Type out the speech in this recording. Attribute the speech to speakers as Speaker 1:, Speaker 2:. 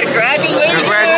Speaker 1: Congratulations.